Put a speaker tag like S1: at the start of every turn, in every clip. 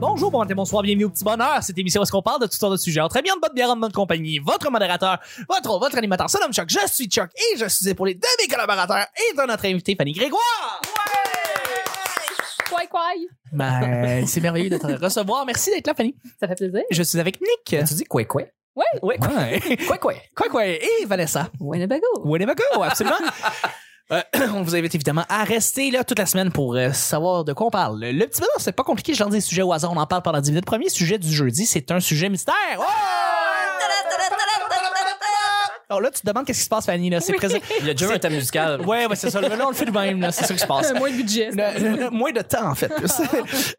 S1: bon matin, bonsoir, bienvenue au petit bonheur. Cette émission où est-ce qu'on parle de toutes sortes de sujets. Très bien, de bonne bière, en bonne compagnie. Votre modérateur, votre, votre animateur, son nom Chuck, je suis Chuck et je suis épaulé de mes collaborateurs et de notre invité Fanny Grégoire.
S2: Quoi, quoi?
S1: Ben, c'est merveilleux de te recevoir. Merci d'être là, Fanny.
S2: Ça fait plaisir.
S1: Je suis avec Nick.
S3: Tu dis quoi, quoi?
S2: Oui.
S1: Oui, quoi,
S3: Quoi, quoi?
S1: quoi, quoi, et Vanessa.
S2: Winnebago.
S1: Winnebago, absolument. Euh, on vous invite évidemment à rester là toute la semaine pour euh, savoir de quoi on parle. Le petit bonheur, c'est pas compliqué, je lance des sujets au hasard, on en parle pendant 10 minutes. Premier sujet du jeudi, c'est un sujet mystère. Oh! Ouais! Alors là, tu te demandes qu'est-ce qui se passe, Fanny, là, c'est présent.
S3: Il y a déjà eu un thème musical.
S1: Ouais, ouais, c'est ça. Là, on le fait de même, là, c'est ça qui se passe.
S2: Moins de budget.
S1: Le- le- le- moins de temps, en fait. plus.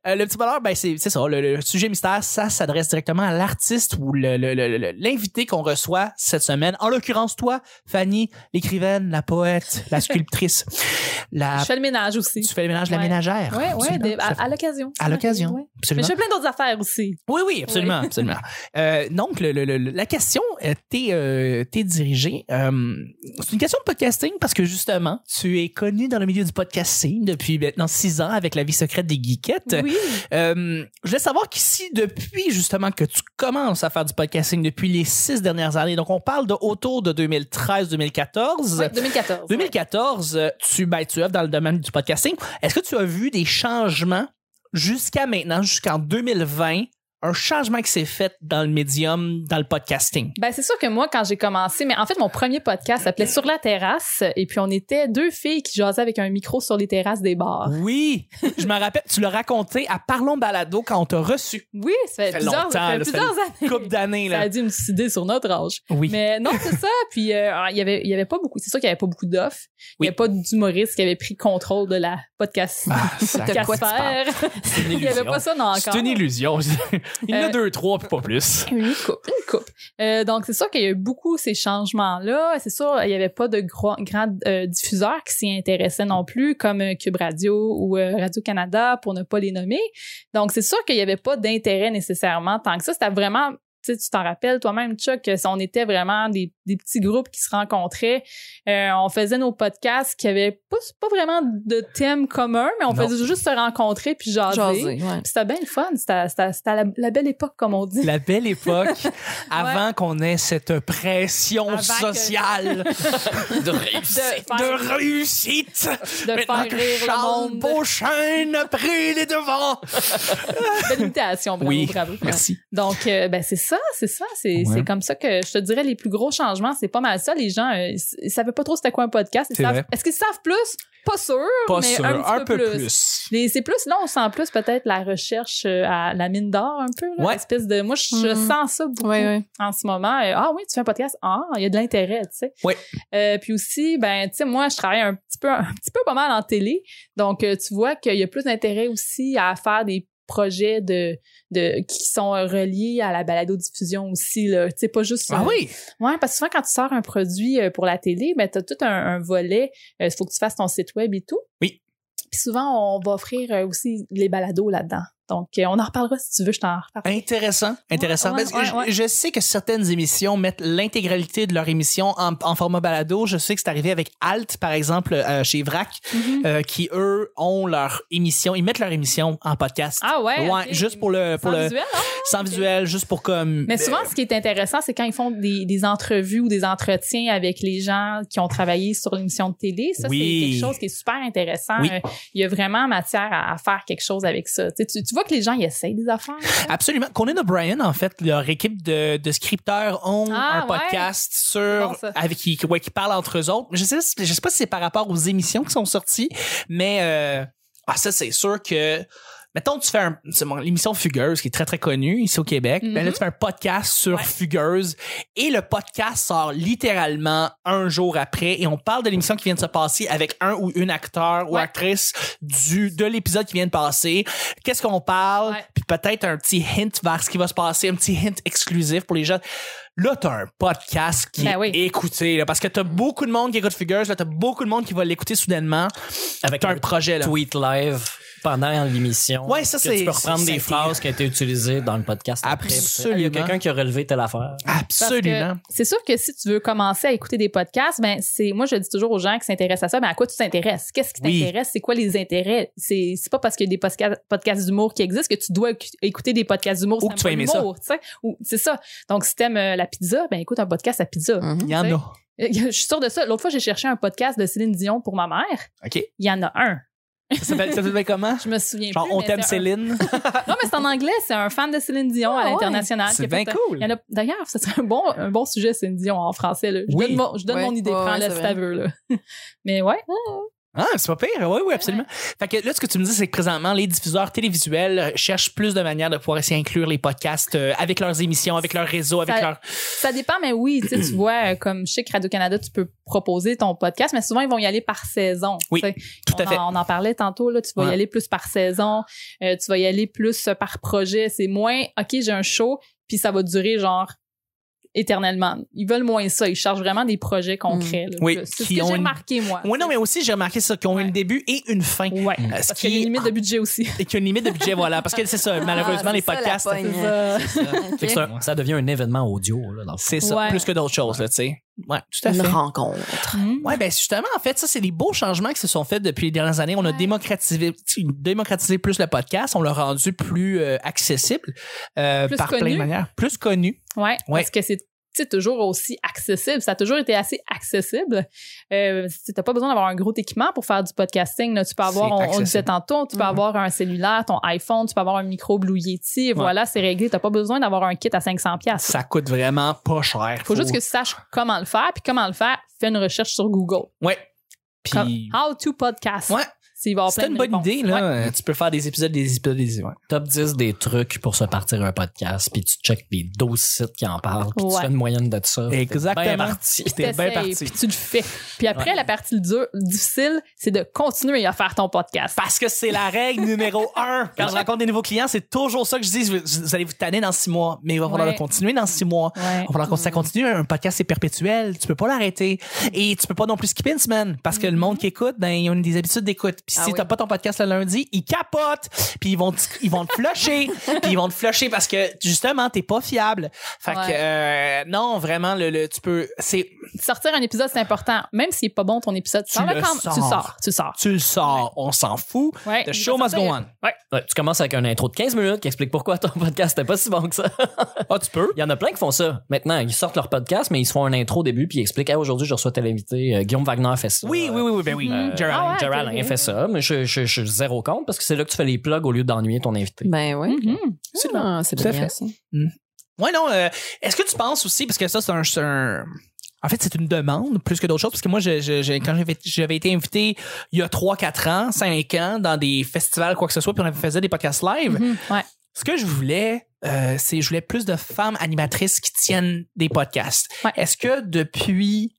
S1: Euh, le petit bonheur, ben, c'est c'est ça. Le, le sujet mystère, ça s'adresse directement à l'artiste ou le- le- le- le- l'invité qu'on reçoit cette semaine. En l'occurrence, toi, Fanny, l'écrivaine, la poète, la sculptrice. La...
S2: Je fais le ménage aussi.
S1: Tu fais le ménage de la
S2: Ouais.
S1: ménagère.
S2: Ouais, ouais,
S1: Absolument.
S2: des- à, à l'occasion.
S1: À l'occasion,
S2: Ouais. Mais
S1: absolument.
S2: je fais plein d'autres affaires aussi.
S1: Oui, oui, absolument, absolument. Euh, donc, le- le- le- la question euh, t'es euh, t'es dirigée. euh, c'est une question de podcasting parce que justement, tu es connu dans le milieu du podcasting depuis maintenant six ans avec la vie secrète des geekettes.
S2: Oui.
S1: Euh, je voulais savoir qu'ici, depuis justement que tu commences à faire du podcasting depuis les six dernières années, donc on parle de autour de 2013-2014.
S2: Ouais, 2014.
S1: 2014, euh, tu, ben, tu œuvres dans le domaine du podcasting. Est-ce que tu as vu des changements jusqu'à maintenant, jusqu'en 2020, un changement qui s'est fait dans le médium, dans le podcasting?
S2: Ben, c'est sûr que moi, quand j'ai commencé, mais en fait, mon premier podcast s'appelait Sur la terrasse, et puis on était deux filles qui jasaient avec un micro sur les terrasses des bars.
S1: Oui, je me rappelle, tu l'as raconté à Parlons Balado quand on t'a reçu.
S2: Oui, ça fait,
S1: Ça fait
S2: plusieurs, ça
S1: longtemps,
S2: fait
S1: là,
S2: plusieurs
S1: Une
S2: années.
S1: couple d'années,
S2: Ça
S1: là.
S2: a dû me décider sur notre âge.
S1: Oui.
S2: Mais non, c'est ça. Puis euh, alors, il y avait, il y avait pas beaucoup. C'est sûr qu'il y avait pas beaucoup d'offres. Il
S1: Oui.
S2: y avait pas d'humoristes qui avaient pris contrôle de la podcast.
S1: Ah, ça-
S3: de quoi tu
S2: podcasphère.
S3: C'est une
S2: il y avait pas ça non encore.
S1: illusion. Il
S2: y en a Euh,
S1: deux, trois, puis pas plus.
S2: Une coupe, une coupe. Euh, donc, c'est sûr qu'il y a eu beaucoup ces changements-là. C'est sûr, il n'y avait pas de gros, grands euh, diffuseurs qui s'y intéressaient non plus, comme euh, Cube Radio ou euh, Radio-Canada, pour ne pas les nommer. Donc, c'est sûr qu'il n'y avait pas d'intérêt nécessairement tant que ça. C'était vraiment... Tu sais, tu t'en rappelles toi-même, Chuck, que on était vraiment des, des petits groupes qui se rencontraient. Euh, on faisait nos podcasts qui avaient pas, pas vraiment de thème commun, mais on
S1: Non.
S2: faisait juste se rencontrer puis jaser. Puis C'était bien le fun. C'était c'était- c'était la, la belle époque, comme on dit.
S1: La belle époque, avant qu'on ait cette pression
S2: Avant que-
S1: sociale
S3: De réussite.
S1: de réussite.
S2: de
S1: Maintenant
S2: faire
S1: que
S2: rire le
S1: Charles
S2: monde.
S1: Beauchesne a pris les devants.
S2: Belle imitation, bravo,
S1: Oui,
S2: bravo.
S1: Merci.
S2: Donc, euh, ben c'est ça, c'est ça. C'est
S1: Ouais.
S2: c'est comme ça que je te dirais les plus gros changements, c'est pas mal ça. Les gens, euh, ils- ils savaient pas trop c'était quoi un podcast. Ils
S1: C'est
S2: savent-
S1: vrai.
S2: Est-ce qu'ils savent plus? Pas sûr, mais un, petit peu, plus. Les- C'est plus, là, on sent plus peut-être la recherche euh, à la mine d'or un peu. là,
S1: Ouais.
S2: Espèce de, moi, je, je
S4: Mhm.
S2: sens ça beaucoup
S4: Ouais, ouais.
S2: en ce moment. Euh, Ah oui, tu fais un podcast. Ah, il y a de l'intérêt, tu sais.
S1: Oui.
S2: Euh, puis aussi, ben, tu sais, moi, je travaille un petit peu, un petit peu pas mal en télé. Donc, euh, tu vois qu'il y a plus d'intérêt aussi à faire des projets de, de qui sont euh, reliés à la balado-diffusion aussi, là. Tu sais, pas juste...
S1: Ah
S2: euh,
S1: oui,
S2: Ouais, parce que souvent, quand tu sors un produit euh, pour la télé, ben, tu as tout un, un volet. euh, Il faut que tu fasses ton site web et tout.
S1: Oui.
S2: Puis souvent, on va offrir euh, aussi les balados là-dedans. Donc, euh, on en reparlera si tu veux, je t'en reparle.
S1: Hein? intéressant, intéressant.
S2: ouais,
S1: Parce que
S2: ouais,
S1: je-
S2: ouais.
S1: Je, sais que certaines émissions mettent l'intégralité de leur émission en, en format balado. Je sais que c'est arrivé avec Alt, par exemple, euh, chez Vrac, euh, qui eux ont leur émission, ils mettent leur émission en podcast.
S2: Ah ouais?
S1: Ouais,
S2: ok.
S1: juste pour le, pour
S2: Sans
S1: le,
S2: visuel, hein?
S1: sans visuel, juste pour comme.
S2: Mais souvent, ce qui est intéressant, c'est quand ils font des, des entrevues ou des entretiens avec les gens qui ont travaillé sur l'émission de télé. Ça,
S1: Oui.
S2: c'est quelque chose qui est super intéressant.
S1: Oui.
S2: Euh, Il y a vraiment matière à, à faire quelque chose avec ça. Tu, sais, tu- tu vois que les gens, ils essayent des affaires. là.
S1: Absolument. Conan O'Brien, en fait, leur équipe de, de scripteurs ont un
S2: Ah, ouais.
S1: podcast sur
S2: Bon, ça.
S1: avec qui, ouais, qui parlent entre eux autres. Je sais, je sais pas si c'est par rapport aux émissions qui sont sorties, mais euh, ah, ça c'est sûr que mettons tu fais un, c'est mon- l'émission Fugueuse qui est très très connue ici au Québec. Ben là
S2: Mhm.
S1: tu fais un podcast sur Fugueuse et le podcast sort littéralement un jour après et on parle de l'émission qui vient de se passer avec un ou une acteur ou
S2: Ouais.
S1: actrice du de l'épisode qui vient de passer. Qu'est-ce qu'on parle
S2: Ouais.
S1: puis peut-être un petit hint vers ce qui va se passer, un petit hint exclusif pour les gens. Là, t'as un podcast qui
S2: Ben oui.
S1: est écouté là, parce que t'as beaucoup de monde qui écoute Figures, là t'as beaucoup de monde qui va l'écouter soudainement.
S3: Avec
S1: T'as un
S3: un
S1: projet là.
S3: tweet live pendant l'émission.
S1: Ouais, ça,
S3: que
S1: c'est-
S3: Tu peux reprendre
S1: ça a
S3: des
S1: été- euh,
S3: phrases qui ont été utilisées dans le podcast. après.
S1: Absolument.
S3: Il y a quelqu'un qui a relevé telle affaire.
S2: Parce que
S1: Absolument.
S2: C'est sûr que si tu veux commencer à écouter des podcasts, ben c'est moi je dis toujours aux gens qui s'intéressent à ça, ben à quoi tu t'intéresses Qu'est-ce qui
S1: Oui.
S2: t'intéresse C'est quoi les intérêts C'est c'est pas parce qu'il y a des podca- podcasts d'humour qui existent que tu dois éc- écouter des podcasts d'humour.
S1: Ou
S2: c'est
S1: que tu vas aimer
S2: ça. Ou c'est ça. Donc si t'aimes euh, la pizza, ben écoute un podcast à pizza.
S1: Il y en
S2: tu sais.
S1: a.
S2: Euh, Je suis sûre de ça. L'autre fois j'ai cherché un podcast de Céline Dion pour ma mère.
S1: OK.
S2: Il y en a un.
S1: Ça s'appelle ça s'appelle comment?
S2: Je me souviens
S1: Genre,
S2: plus.
S1: on
S2: mais
S1: t'aime
S2: c'est un- Ah,
S1: Céline.
S2: Non mais c'est en anglais. C'est un fan de Céline Dion
S4: Ah
S2: à
S4: ouais.
S2: l'international. qui
S1: C'est
S2: a
S1: bien
S2: fait euh, un-
S1: cool.
S2: il y en a- D'ailleurs, ce serait un bon, un bon sujet, Céline Dion, en français. là. Je
S1: Oui.
S2: donne mon, je donne
S4: Ouais,
S2: mon idée.
S4: ouais,
S2: Prends-la
S4: ouais,
S2: si
S4: c'est
S2: t'as veux, là. Mais ouais.
S1: Ah, c'est pas pire. Oui, oui, absolument. Fait que là, ce que tu me dis, c'est que présentement, les diffuseurs télévisuels cherchent plus de manières de pouvoir essayer d'inclure les podcasts euh, avec leurs émissions, avec leur réseau, avec
S2: Ça-
S1: leur.
S2: Ça dépend, mais oui, tu sais, tu vois, euh, comme chez Radio-Canada, tu peux proposer ton podcast, mais souvent, ils vont y aller par saison.
S1: Oui,
S2: tu sais.
S1: Tout
S2: on
S1: à fait.
S2: En, on en parlait tantôt, là. Tu vas
S1: Ouais.
S2: y aller plus par saison, euh, tu vas y aller plus euh, par projet. C'est moins, OK, j'ai un show, puis ça va durer genre éternellement. Ils veulent moins ça. Ils cherchent vraiment des projets
S4: Hmm.
S2: concrets. là,
S1: Oui,
S2: plus. C'est ce
S1: qui
S2: que j'ai
S1: ont une-
S2: remarqué, moi.
S1: Oui, non, mais aussi, j'ai remarqué ça, qu'ils ont
S2: Ouais.
S1: un début et une fin.
S2: Ouais.
S1: Euh, Ce
S2: Parce qu'il y a
S1: qui
S2: une limite de budget aussi.
S1: et qu'il y a une limite de budget, voilà. Parce que c'est ça, malheureusement,
S4: c'est
S1: les
S4: ça, la
S1: podcasts.
S4: pogne.
S2: C'est
S4: Ouais.
S2: ça.
S1: Fait que c'est un-
S3: Ça devient un événement audio. Là, dans le fond.
S1: C'est ça,
S2: Ouais.
S1: plus que d'autres choses, là, tu sais. Ouais, tout à
S4: Une
S1: fait.
S4: rencontre.
S2: Mm.
S1: Ouais, ben justement, en fait, ça, c'est des beaux changements qui se sont faits depuis les dernières années. On a
S2: Ouais.
S1: démocratisé, démocratisé plus le podcast, on l'a rendu plus euh, accessible euh,
S2: Plus
S1: par plein
S2: connu.
S1: de manières, plus connu.
S2: Ouais,
S1: Ouais.
S2: parce que c'est tu sais, toujours aussi accessible. Ça a toujours été assez accessible. Euh, tu n'as pas besoin d'avoir un gros équipement pour faire du podcasting. là. Tu peux avoir,
S1: C'est
S2: on- on,
S1: accessible.
S2: le disait tantôt, tu peux
S4: Mhm.
S2: avoir un cellulaire, ton iPhone, tu peux avoir un micro Blue Yeti. et Voilà, c'est réglé. Tu n'as pas besoin d'avoir un kit à 500$. pièces
S1: Ça coûte vraiment pas cher.
S2: Ah. faut juste que tu saches comment le faire. Puis comment le faire, fais une recherche sur Google.
S1: Ouais.
S2: Comme
S1: Puis.
S2: How to podcast.
S1: Ouais.
S2: S'il va y avoir
S1: C'est
S2: plein
S1: une
S2: de
S1: bonne
S2: réponses.
S1: idée,
S2: Ouais.
S1: là. Euh, Tu peux faire des épisodes, des épisodes, des épisodes.
S3: Top 10 des trucs pour se partir un podcast, puis tu check les 12 sites qui en parlent, puis tu
S2: Ouais.
S3: fais une moyenne de ça. puis t'es
S1: Exactement.
S3: bien parti.
S1: T'es bien
S2: T'essayes,
S1: parti.
S2: Puis tu le fais. Puis après, la partie dure, difficile, c'est de continuer à faire ton podcast.
S1: Parce que c'est la règle numéro un. Quand je rencontre des nouveaux clients, c'est toujours ça que je dis. Vous- Vous allez vous tanner dans six mois, mais il va falloir
S2: Ouais.
S1: le continuer dans six mois.
S2: Ouais.
S1: On va falloir que ça continue. Un podcast, c'est perpétuel. Tu peux pas l'arrêter. Et tu peux pas non plus skipper une semaine parce que le monde qui écoute, ben, ils ont des habitudes d'écoute. Puis
S4: Ah
S1: si
S4: oui.
S1: t'as pas ton podcast le lundi, ils capotent. Puis ils vont, te- ils vont te flusher. Puis ils vont te flusher parce que, justement, t'es pas fiable. Fait que,
S2: Ouais.
S1: euh, non, vraiment, le, le- tu peux, c'est,
S2: sortir un épisode, c'est important. Même s'il est pas bon ton épisode,
S1: Tu
S2: sors-le
S1: le
S2: quand-
S1: sors.
S2: tu sors. Tu sors.
S1: tu le sors. On s'en fout.
S2: Ouais.
S1: The show must go on.
S3: Ouais, tu commences avec un intro de 15 minutes qui explique pourquoi ton podcast n'était pas si bon que ça.
S1: Ah, tu peux.
S3: Il y en a plein qui font ça. Maintenant, ils sortent leur podcast, mais ils se font un intro au début, puis ils expliquent Hey, aujourd'hui, je reçois tel invité. Euh, Guillaume Wagner fait ça.
S1: Oui, oui, oui, oui, ben oui.
S2: Mhm.
S1: Gerald. hein,
S2: Ah ouais,
S3: Gerald
S2: ok,
S3: Alain
S2: ok.
S3: fait ça, mais je, je, je suis zéro compte parce que c'est là que tu fais les plugs au lieu d'ennuyer ton invité.
S4: Ben oui.
S2: Mhm.
S1: Absolument.
S4: Ah, c'est
S1: Tout à
S4: bien
S1: fait.
S4: ça.
S1: Ouais, non. euh, Est-ce que tu penses aussi, parce que ça, c'est un, c'est un- En fait, c'est une demande plus que d'autres choses, parce que moi, je- je- je- quand j'avais- j'avais été invité il y a 3-4 ans, 5 ans, dans des festivals, quoi que ce soit, puis on faisait des podcasts live,
S2: Mhm. Ouais.
S1: ce que je voulais, euh, c'est je voulais plus de femmes animatrices qui tiennent des podcasts.
S2: Ouais.
S1: Est-ce que depuis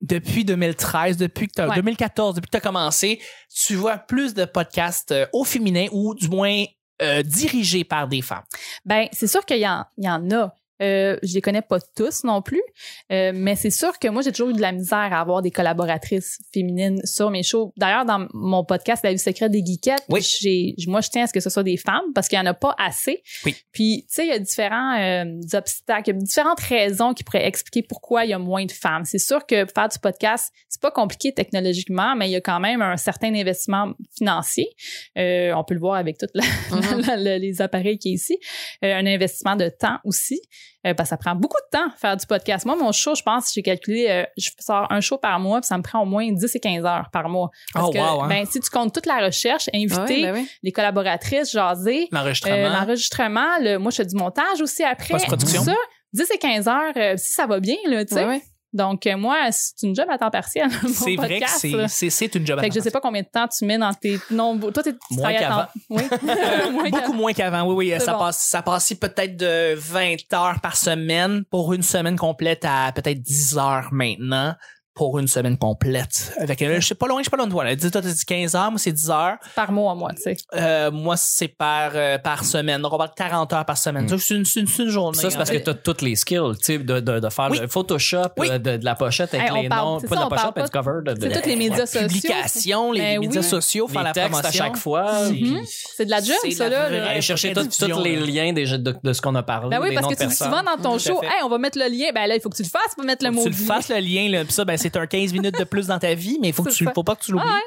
S1: depuis 2013, depuis que t'as-
S2: Ouais.
S1: 2014, depuis que tu as commencé, tu vois plus de podcasts euh, au féminin ou du moins euh, dirigés par des femmes?
S2: Ben, c'est sûr qu'il y, en- il y en a. Euh, je les connais pas tous non plus, Euh, mais c'est sûr que moi j'ai toujours eu de la misère à avoir des collaboratrices féminines sur mes shows. D'ailleurs, dans mon podcast La vie secrète des geekettes,
S1: Oui.
S2: j'ai- moi je tiens à ce que ce soit des femmes parce qu'il y en a pas assez.
S1: Oui.
S2: Puis tu sais, il y a différents euh, obstacles, il y a différentes raisons qui pourraient expliquer pourquoi il y a moins de femmes. C'est sûr que faire du podcast, c'est pas compliqué technologiquement, mais il y a quand même un certain investissement financier. Euh, on peut le voir avec toute la
S1: Mm-hmm.
S4: Mhm.
S2: la- la- les appareils qui est ici. Euh, un investissement de temps aussi, euh, parce que ça prend beaucoup de temps faire du podcast. Moi, mon show, je pense, j'ai calculé, euh, je sors un show par mois, puis ça me prend au moins 10 et 15 heures par mois. Parce
S1: Oh,
S2: que,
S1: wow, hein? Ah
S2: ben, si tu comptes toute la recherche, inviter
S4: Ouais, ben oui.
S2: les collaboratrices, jaser, euh,
S1: L'enregistrement.
S2: l'enregistrement, le, moi, je fais du montage aussi après.
S1: Post-production.
S2: Tout ça, 10 et 15 heures, euh, si ça va bien, là, tu sais.
S4: Ouais, ouais.
S2: Donc, euh, moi, c'est une job à temps partiel. mon
S1: C'est vrai que
S2: podcast,
S1: c'est-
S2: là.
S1: c'est c'est une job à
S2: Fait que je
S1: temps
S2: sais pas combien de temps tu mets dans tes nombreux. Toi, t'es- tu
S3: Moins
S2: travailles à temps. Oui. Moins
S1: Beaucoup moins qu'avant, oui, oui.
S2: C'est
S1: Ça,
S2: bon.
S1: passe, ça passait peut-être de 20 heures par semaine pour une semaine complète à peut-être 10 heures maintenant pour une semaine complète. Avec, euh, je suis pas loin, je suis pas loin de toi. Là. Dis- Toi, t'as dit 15 heures, moi, c'est 10 heures.
S2: par mois, moi, tu sais.
S1: Euh, moi, c'est par, euh, par semaine. Donc, on parle de 40 heures par semaine.
S3: Mm.
S1: Ça, C'est une, c'est une- c'est une journée. hein.
S3: Ça, c'est parce
S1: en
S3: que
S1: fait.
S3: tu as toutes les skills, tu sais, de, de, de faire
S1: Oui.
S3: le Photoshop,
S1: Oui.
S3: euh, de, de la pochette avec
S2: Hey, on
S3: les
S2: parle-
S3: noms,
S2: c'est
S3: pas
S2: ça,
S3: de la
S2: on
S3: pochette,
S2: parle
S3: mais du cover, de, de,
S2: C'est toutes les médias sociaux.
S1: Publications, les,
S2: Ben
S1: les médias
S2: oui.
S1: sociaux, faire
S3: les
S1: la
S3: textes
S1: promotion.
S3: à chaque fois.
S1: C'est-
S2: Mhm. C'est de la job,
S1: c'est de
S2: ça,
S1: la
S2: là,
S1: vraie
S2: là.
S3: Aller chercher tout-
S1: Traduction,
S3: tous les
S1: là.
S3: liens des, de, de ce qu'on a parlé,
S2: Ben oui,
S3: des
S2: parce
S3: noms
S2: que
S3: de
S2: tu dis
S3: personnes.
S2: souvent dans ton
S3: Tout à
S2: show,
S3: fait.
S2: hey, on va mettre le lien. Ben là, il faut que tu le fasses pour mettre le
S1: Faut
S2: mot.
S1: que tu le fasses le lien, là. Puis ça, ben, c'est un 15 minutes de plus dans ta vie, mais faut que
S2: C'est
S1: tu,
S2: ça.
S1: faut pas que tu l'oublies.
S2: Ah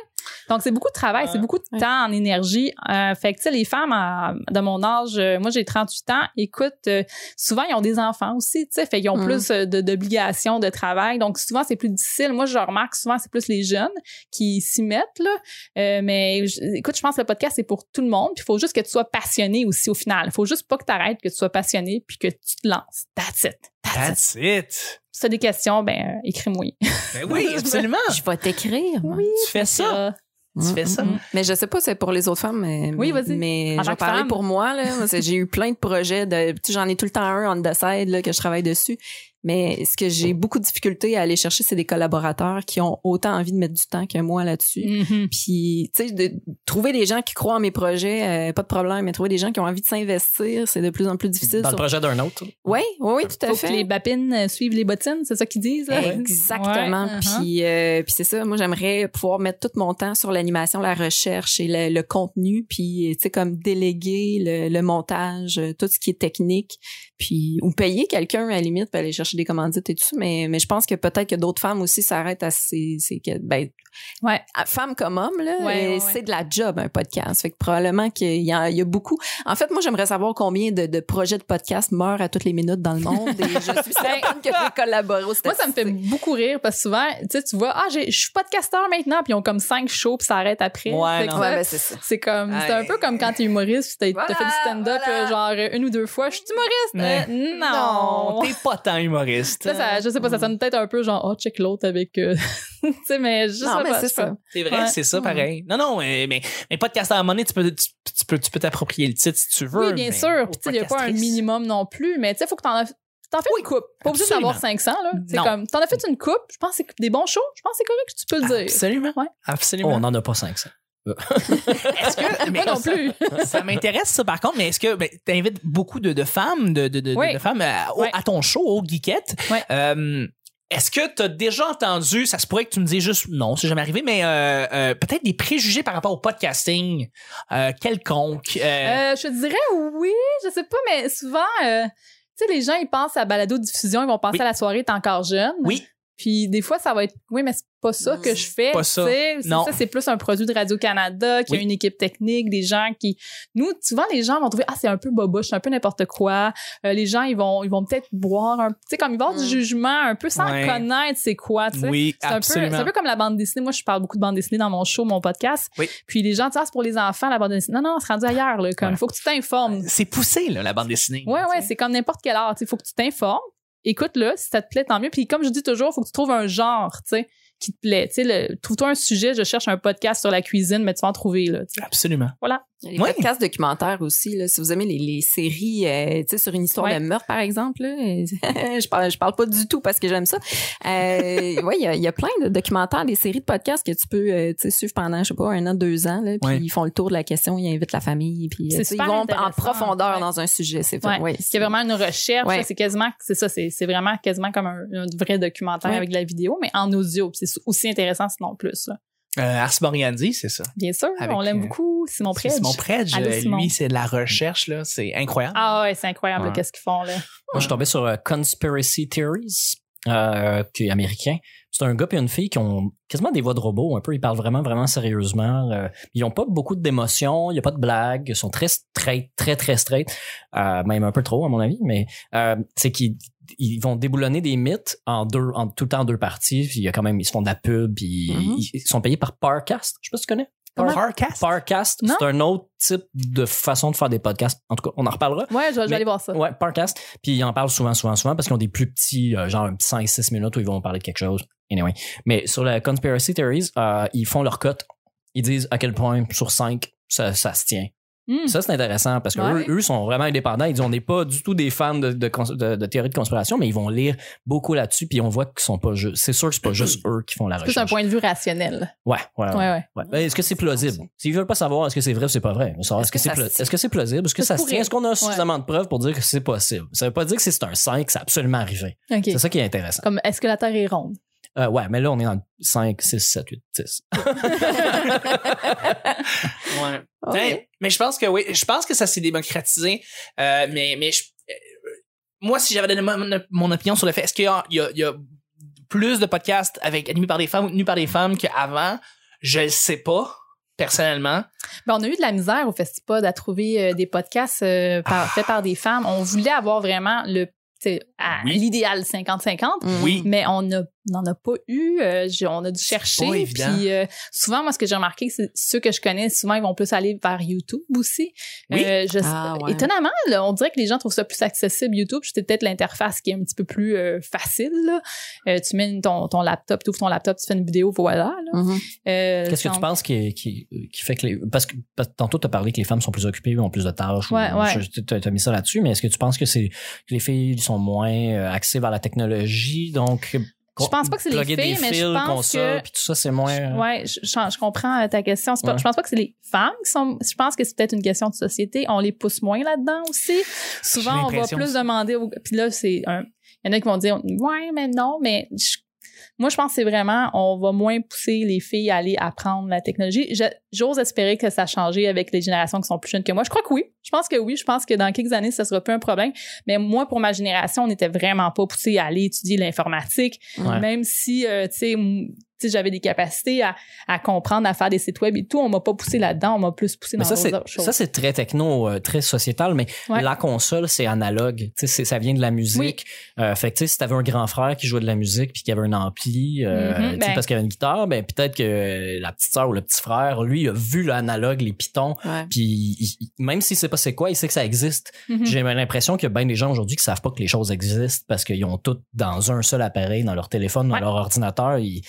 S2: Donc, c'est beaucoup de travail, c'est beaucoup de
S4: Ouais.
S2: temps en énergie. Euh, fait que, tu sais, les femmes à- de mon âge, euh, moi, j'ai 38 ans, écoute, euh, souvent, ils ont des enfants aussi, tu sais, fait qu'ils ont
S4: Mm.
S2: plus euh, de- d'obligations de travail. Donc, souvent, c'est plus difficile. Moi, je remarque souvent, c'est plus les jeunes qui s'y mettent, là. Euh, mais, je- écoute, je pense que le podcast, c'est pour tout le monde. Puis, il faut juste que tu sois passionné aussi au final. Il faut juste pas que tu arrêtes, que tu sois passionné, puis que tu te lances. That's it. That's it.
S1: That's it.
S2: Si tu as des questions, ben, euh, écris-moi.
S1: Ben oui, absolument.
S4: Je vais t'écrire. moi.
S1: tu fais ça. Tu fais ça.
S4: Mm, mm, mm. Mais je sais pas, c'est pour les autres femmes. Mais,
S2: Oui, vas-y.
S4: Mais
S2: En
S4: je
S2: tant
S4: vais
S2: que
S4: parler
S2: femme.
S4: pour moi. Là. Moi, c'est- J'ai eu plein de projets. De, tu sais, J'en ai tout le temps un on the side là, que je travaille dessus. Mais ce que j'ai beaucoup de difficulté à aller chercher, c'est des collaborateurs qui ont autant envie de mettre du temps que moi là-dessus.
S2: Mhm.
S4: Puis, tu sais, de trouver des gens qui croient en mes projets, euh, pas de problème, mais trouver des gens qui ont envie de s'investir, c'est de plus en plus difficile.
S3: Dans le
S4: sur-
S3: projet d'un autre.
S4: Oui, oui, oui, tout à
S2: Faut
S4: fait.
S2: que les babines euh, suivent les bottines, c'est ça qu'ils disent. là?
S4: Exactement.
S2: Ouais, uh-huh.
S4: Puis, euh, puis c'est ça. Moi, j'aimerais pouvoir mettre tout mon temps sur l'animation, la recherche et le, le contenu. Puis, tu sais, comme déléguer le, le montage, euh, tout ce qui est technique. Puis, ou payer quelqu'un à la limite pour aller chercher des commandites et tout ça. Mais, mais je pense que peut-être que d'autres femmes aussi s'arrêtent à ces, ces que- ben,
S2: Ouais.
S4: à- femmes comme hommes là.
S2: Ouais, ouais,
S4: euh,
S2: ouais.
S4: C'est de la job un podcast. Fait que probablement qu'il y, en- il y a beaucoup. En fait, moi, j'aimerais savoir combien de, de projets de podcast meurent à toutes les minutes dans le monde. Et je suis certaine que j'ai collaboré. aux
S2: Ben, Moi, ça me fait beaucoup rire parce que souvent, tu sais, tu vois, ah, j'ai- je suis podcasteur maintenant, puis ils ont comme cinq shows, puis ça arrête après.
S1: Ouais,
S2: Fait que
S1: non.
S2: ça,
S4: Ouais, ben c'est ça.
S2: C'est comme, c'est un
S1: Aïe.
S2: peu comme quand t'es humoriste, puis t'as t'as
S4: Voilà,
S2: fait du stand-up
S4: voilà.
S2: euh, genre euh, une ou deux fois. Je suis
S1: Ouais.
S2: humoriste. Euh, non.
S1: t'es pas tant humoriste.
S2: Ça, ça- je sais pas, ça sonne peut-être un peu genre, oh, check l'autre avec. euh, tu sais, mais je
S4: Non,
S2: sais
S4: mais
S2: pas,
S4: c'est
S2: je sais pas.
S1: C'est vrai,
S2: Ouais. Mm.
S1: c'est ça, pareil. Non, non, mais, mais, mais podcast à un moment donné, tu peux, tu, tu peux, tu peux t'approprier le titre si tu veux.
S2: Oui, bien
S1: mais-
S2: sûr. Puis, tu sais, il n'y a pas un minimum non plus, mais tu sais, il faut que t'en as- T'en fais une coupe. Pas obligé
S1: absolument.
S2: d'avoir 500, là. C'est
S1: Non.
S2: comme, t'en as fait une coupe. Je pense que c'est des bons shows. Je pense que c'est correct, tu peux le dire.
S1: Absolument.
S2: Ouais.
S3: Oh,
S1: Absolument.
S3: on n'en a pas 500.
S1: Est-ce que, mais-
S2: Moi non plus.
S1: ça m'intéresse ça par contre mais est-ce que ben, t'invites beaucoup de, de femmes de, de, de,
S2: Oui.
S1: de femmes à, au-
S2: Oui.
S1: à ton show au Geekette
S2: Oui.
S1: Euh, est-ce que t'as déjà entendu ça se pourrait que tu me dises juste non c'est jamais arrivé mais euh, euh, peut-être des préjugés par rapport au podcasting euh, quelconque euh,
S2: Euh, je te dirais oui, je sais pas, mais souvent, euh, tu sais, les gens, ils pensent à balado diffusion, ils vont penser
S1: Oui.
S2: à la soirée, t'es encore jeune.
S1: oui
S2: Puis des fois, ça va être, oui, mais c'est pas ça que je fais.
S1: Pas ça.
S2: tu sais. C'est
S1: Non.
S2: ça, c'est plus un produit de Radio-Canada qui a
S1: Oui.
S2: une équipe technique, des gens qui. Nous, souvent, les gens vont trouver, ah, c'est un peu boboche, c'est un peu n'importe quoi. Euh, les gens, ils vont, ils vont peut-être boire un. Tu sais, comme ils vont avoir du
S4: Mm.
S2: jugement, un peu sans
S1: Ouais.
S2: connaître c'est quoi, tu sais.
S1: oui
S2: C'est un, peu, c'est un peu comme la bande dessinée. Moi, je parle beaucoup de bande dessinée dans mon show, mon podcast.
S1: Oui.
S2: Puis les gens disent, ah, c'est pour les enfants, la bande dessinée. Non, non, on se rendu ailleurs, là. Comme,
S1: Ouais.
S2: faut que tu t'informes.
S1: c'est poussé là, la bande dessinée
S2: Ouais, ouais, c'est comme n'importe quel art. Il faut que tu t'informes. Écoute-le, si ça te plaît, tant mieux. Puis comme je dis toujours, faut que tu trouves un genre, tu sais, qui te plaît. Tu sais, le- trouve-toi un sujet. Je cherche un podcast sur la cuisine, mais tu vas en trouver, là. tu sais.
S1: absolument
S4: Il y a les
S1: Ouais.
S4: podcasts documentaires aussi. Là, si vous aimez les, les séries euh, tu sais, sur une histoire
S2: Ouais.
S4: de meurtre, par exemple, là, je parle je parle pas du tout parce que j'aime ça. Euh, ouais, il y a, il y a plein de documentaires, des séries de podcasts que tu peux euh, tu sais, suivre pendant, je sais pas, un an, deux ans. Là, puis
S1: Ouais.
S4: ils font le tour de la question, ils invitent la famille. Puis,
S2: C'est
S4: euh, tu sais, ils
S2: super
S4: vont en
S2: intéressant,
S4: profondeur
S2: ouais.
S4: dans un sujet. C'est
S2: Ouais.
S4: vrai. Ouais,
S2: Parce qu'il y a vraiment une recherche.
S4: Ouais.
S2: là, C'est quasiment, c'est ça, c'est c'est vraiment quasiment comme un, un vrai documentaire
S4: Ouais.
S2: avec de la vidéo, mais en audio. Puis c'est aussi intéressant, sinon plus, là.
S1: euh, Ars Moriendi, c'est ça
S2: Bien sûr,
S1: Avec,
S2: on l'aime
S1: euh,
S2: beaucoup. Simon
S1: C'est
S2: Predge.
S1: Simon Predge
S2: Allô,
S1: euh,
S2: Simon.
S1: lui c'est de la recherche là c'est incroyable
S2: Ah ouais, c'est incroyable
S3: Ouais.
S2: qu'est-ce qu'ils font là.
S3: Moi, je suis tombé sur euh, Conspiracy Theories, euh, qui est américain. C'est un gars et une fille qui ont quasiment des voix de robot un peu. Ils parlent vraiment, vraiment sérieusement. Euh, ils ont pas beaucoup d'émotions, il n'y a pas de blagues. Ils sont très straight, très, très straight. Euh, même un peu trop, à mon avis. Mais euh, c'est qu'ils ils vont déboulonner des mythes en deux, en tout le temps en deux parties. Puis il y a quand même, ils se font de la pub. Puis
S4: Mhm.
S3: Ils ils sont payés par Parcast. Je sais pas si tu connais.
S1: Par- Parcast
S3: Parcast,
S2: Non.
S3: c'est un autre type de façon de faire des podcasts. En tout cas, on en reparlera.
S2: Ouais, je, je vais
S3: Mais-
S2: aller voir ça.
S3: Ouais, podcast. Puis ils en parlent souvent, souvent, souvent parce qu'ils ont des plus petits, euh, genre un petit 5-6 minutes où ils vont parler de quelque chose. Anyway. Mais sur la conspiracy theories, euh, ils font leur cote. Ils disent à quel point sur 5 ça, ça se tient.
S2: Hmm.
S3: Ça, c'est intéressant parce que
S2: Ouais.
S3: eux, eux sont vraiment indépendants. Ils disent on n'est pas du tout des fans de, de, cons- de- de théorie de conspiration, mais ils vont lire beaucoup là-dessus, puis on voit qu'ils sont pas juste. C'est sûr que c'est pas juste eux qui font la
S2: Hmm. Plus un
S3: recherche.
S2: point de vue rationnel.
S3: Ouais, ouais, ouais.
S2: Ouais, ouais.
S3: Ouais. Ben, est-ce que c'est plausible? S'ils veulent pas savoir est-ce que c'est vrai ou c'est pas vrai, ils veulent savoir est-ce que c'est
S4: ça
S3: pla-
S4: se tient?
S3: est-ce que c'est plausible, est-ce que
S2: Ça
S3: ça
S2: se
S3: se tient,
S2: pourrait.
S3: est-ce qu'on a suffisamment de preuves pour dire que c'est possible? Ça veut pas dire que si c'est un 5, c'est absolument arrivé.
S2: OK.
S3: C'est ça qui est intéressant.
S2: Comme est-ce que la Terre est ronde?
S3: Euh, ouais, mais là, on est dans le 5, 6, 7, 8, 10.
S1: Ah, Ouais.
S4: Ah,
S2: Ah
S4: Ouais.
S1: Tiens, Mais je pense que oui, je pense que ça s'est démocratisé. euh, mais mais je- euh, moi, si j'avais donné mon, mon opinion sur le fait, est-ce qu'il y a, il y a- il y a plus de podcasts avec animés par des femmes ou tenus par des femmes qu'avant? Je le sais pas, personnellement.
S2: Ben, on a eu de la misère au Festipod à trouver euh, des podcasts euh, par- faits par des femmes. On voulait avoir vraiment le tu sais, à-
S1: Oui.
S2: l'idéal 50-50.
S4: Mm.
S1: Oui.
S2: Mais on a- n'en a pas eu. euh, j'ai- on a dû chercher.
S1: pas évident.
S2: Puis euh, souvent, moi, ce que j'ai remarqué, c'est ceux que je connais, souvent, ils vont plus aller vers YouTube aussi.
S1: Oui.
S2: Euh, je-
S4: Ah, ouais.
S2: Étonnamment, là, on dirait que les gens trouvent ça plus accessible YouTube. C'est peut-être l'interface qui est un petit peu plus euh, facile. là. Euh, tu mets une- ton, ton laptop, tu ouvres ton laptop, tu fais une vidéo, voilà. là.
S4: Mhm.
S2: Euh,
S3: Qu'est-ce que
S2: donc-
S3: tu penses qui, qui, qui fait que les. Parce que parce que tantôt, tu as parlé que les femmes sont plus occupées, ont plus de tâches.
S2: Ouais, ouais.
S3: Tu as, mis ça là-dessus, mais est-ce que tu penses que, c'est, que les filles sont moins euh, axées vers la technologie? Donc,
S2: Je pense pas que c'est les
S3: plugger
S2: filles,
S3: des
S2: mais je
S3: fils,
S2: pense
S3: consoles,
S2: que-
S3: puis tout ça, c'est moins. euh,
S2: Ouais, je, je- je comprends euh, ta question. C'est pas-
S3: Ouais.
S2: Je pense pas que c'est les femmes qui sont. Je pense que c'est peut-être une question de société. On les pousse moins là-dedans aussi. Souvent, on va
S1: l'impression
S2: plus
S1: aussi.
S2: demander. Aux... Puis là, c'est un. Il y en a qui vont dire ouais, mais non, mais je- moi, je pense que c'est vraiment on va moins pousser les filles à aller apprendre la technologie. Je- J'ose espérer que ça a changé avec les générations qui sont plus jeunes que moi. Je crois que oui. Je pense que oui. Je pense que dans quelques années, ça sera plus un problème. Mais moi, pour ma génération, on n'était vraiment pas poussé à aller étudier l'informatique
S3: Ouais.
S2: même si euh, tu sais m- tu sais, j'avais des capacités à, à comprendre, à faire des sites web et tout. On m'a pas poussé là-dedans, on m'a plus poussé dans
S3: Mais ça,
S2: d'autres
S3: c'est,
S2: autres choses.
S3: ça, c'est très techno, euh, très sociétal, mais
S2: Ouais.
S3: la console, c'est analogue. Tu sais, c'est- ça vient de la musique. Euh, fait que, tu sais, si t'avais un grand frère qui jouait de la musique puis qui avait un ampli, euh,
S2: Mhm,
S3: tu sais,
S2: ben.
S3: parce qu'il avait une guitare, ben, peut-être que la petite sœur ou le petit frère, lui, il a vu l'analogue, les pitons,
S4: Ouais.
S3: puis il- il- même s'il sait pas c'est quoi, il sait que ça existe.
S2: Mhm.
S3: J'ai l'impression qu'il y a bien des gens aujourd'hui qui savent pas que les choses existent parce qu'ils ont tout dans un seul appareil, dans leur téléphone, dans
S2: Ouais.
S3: leur ordinateur. Ils-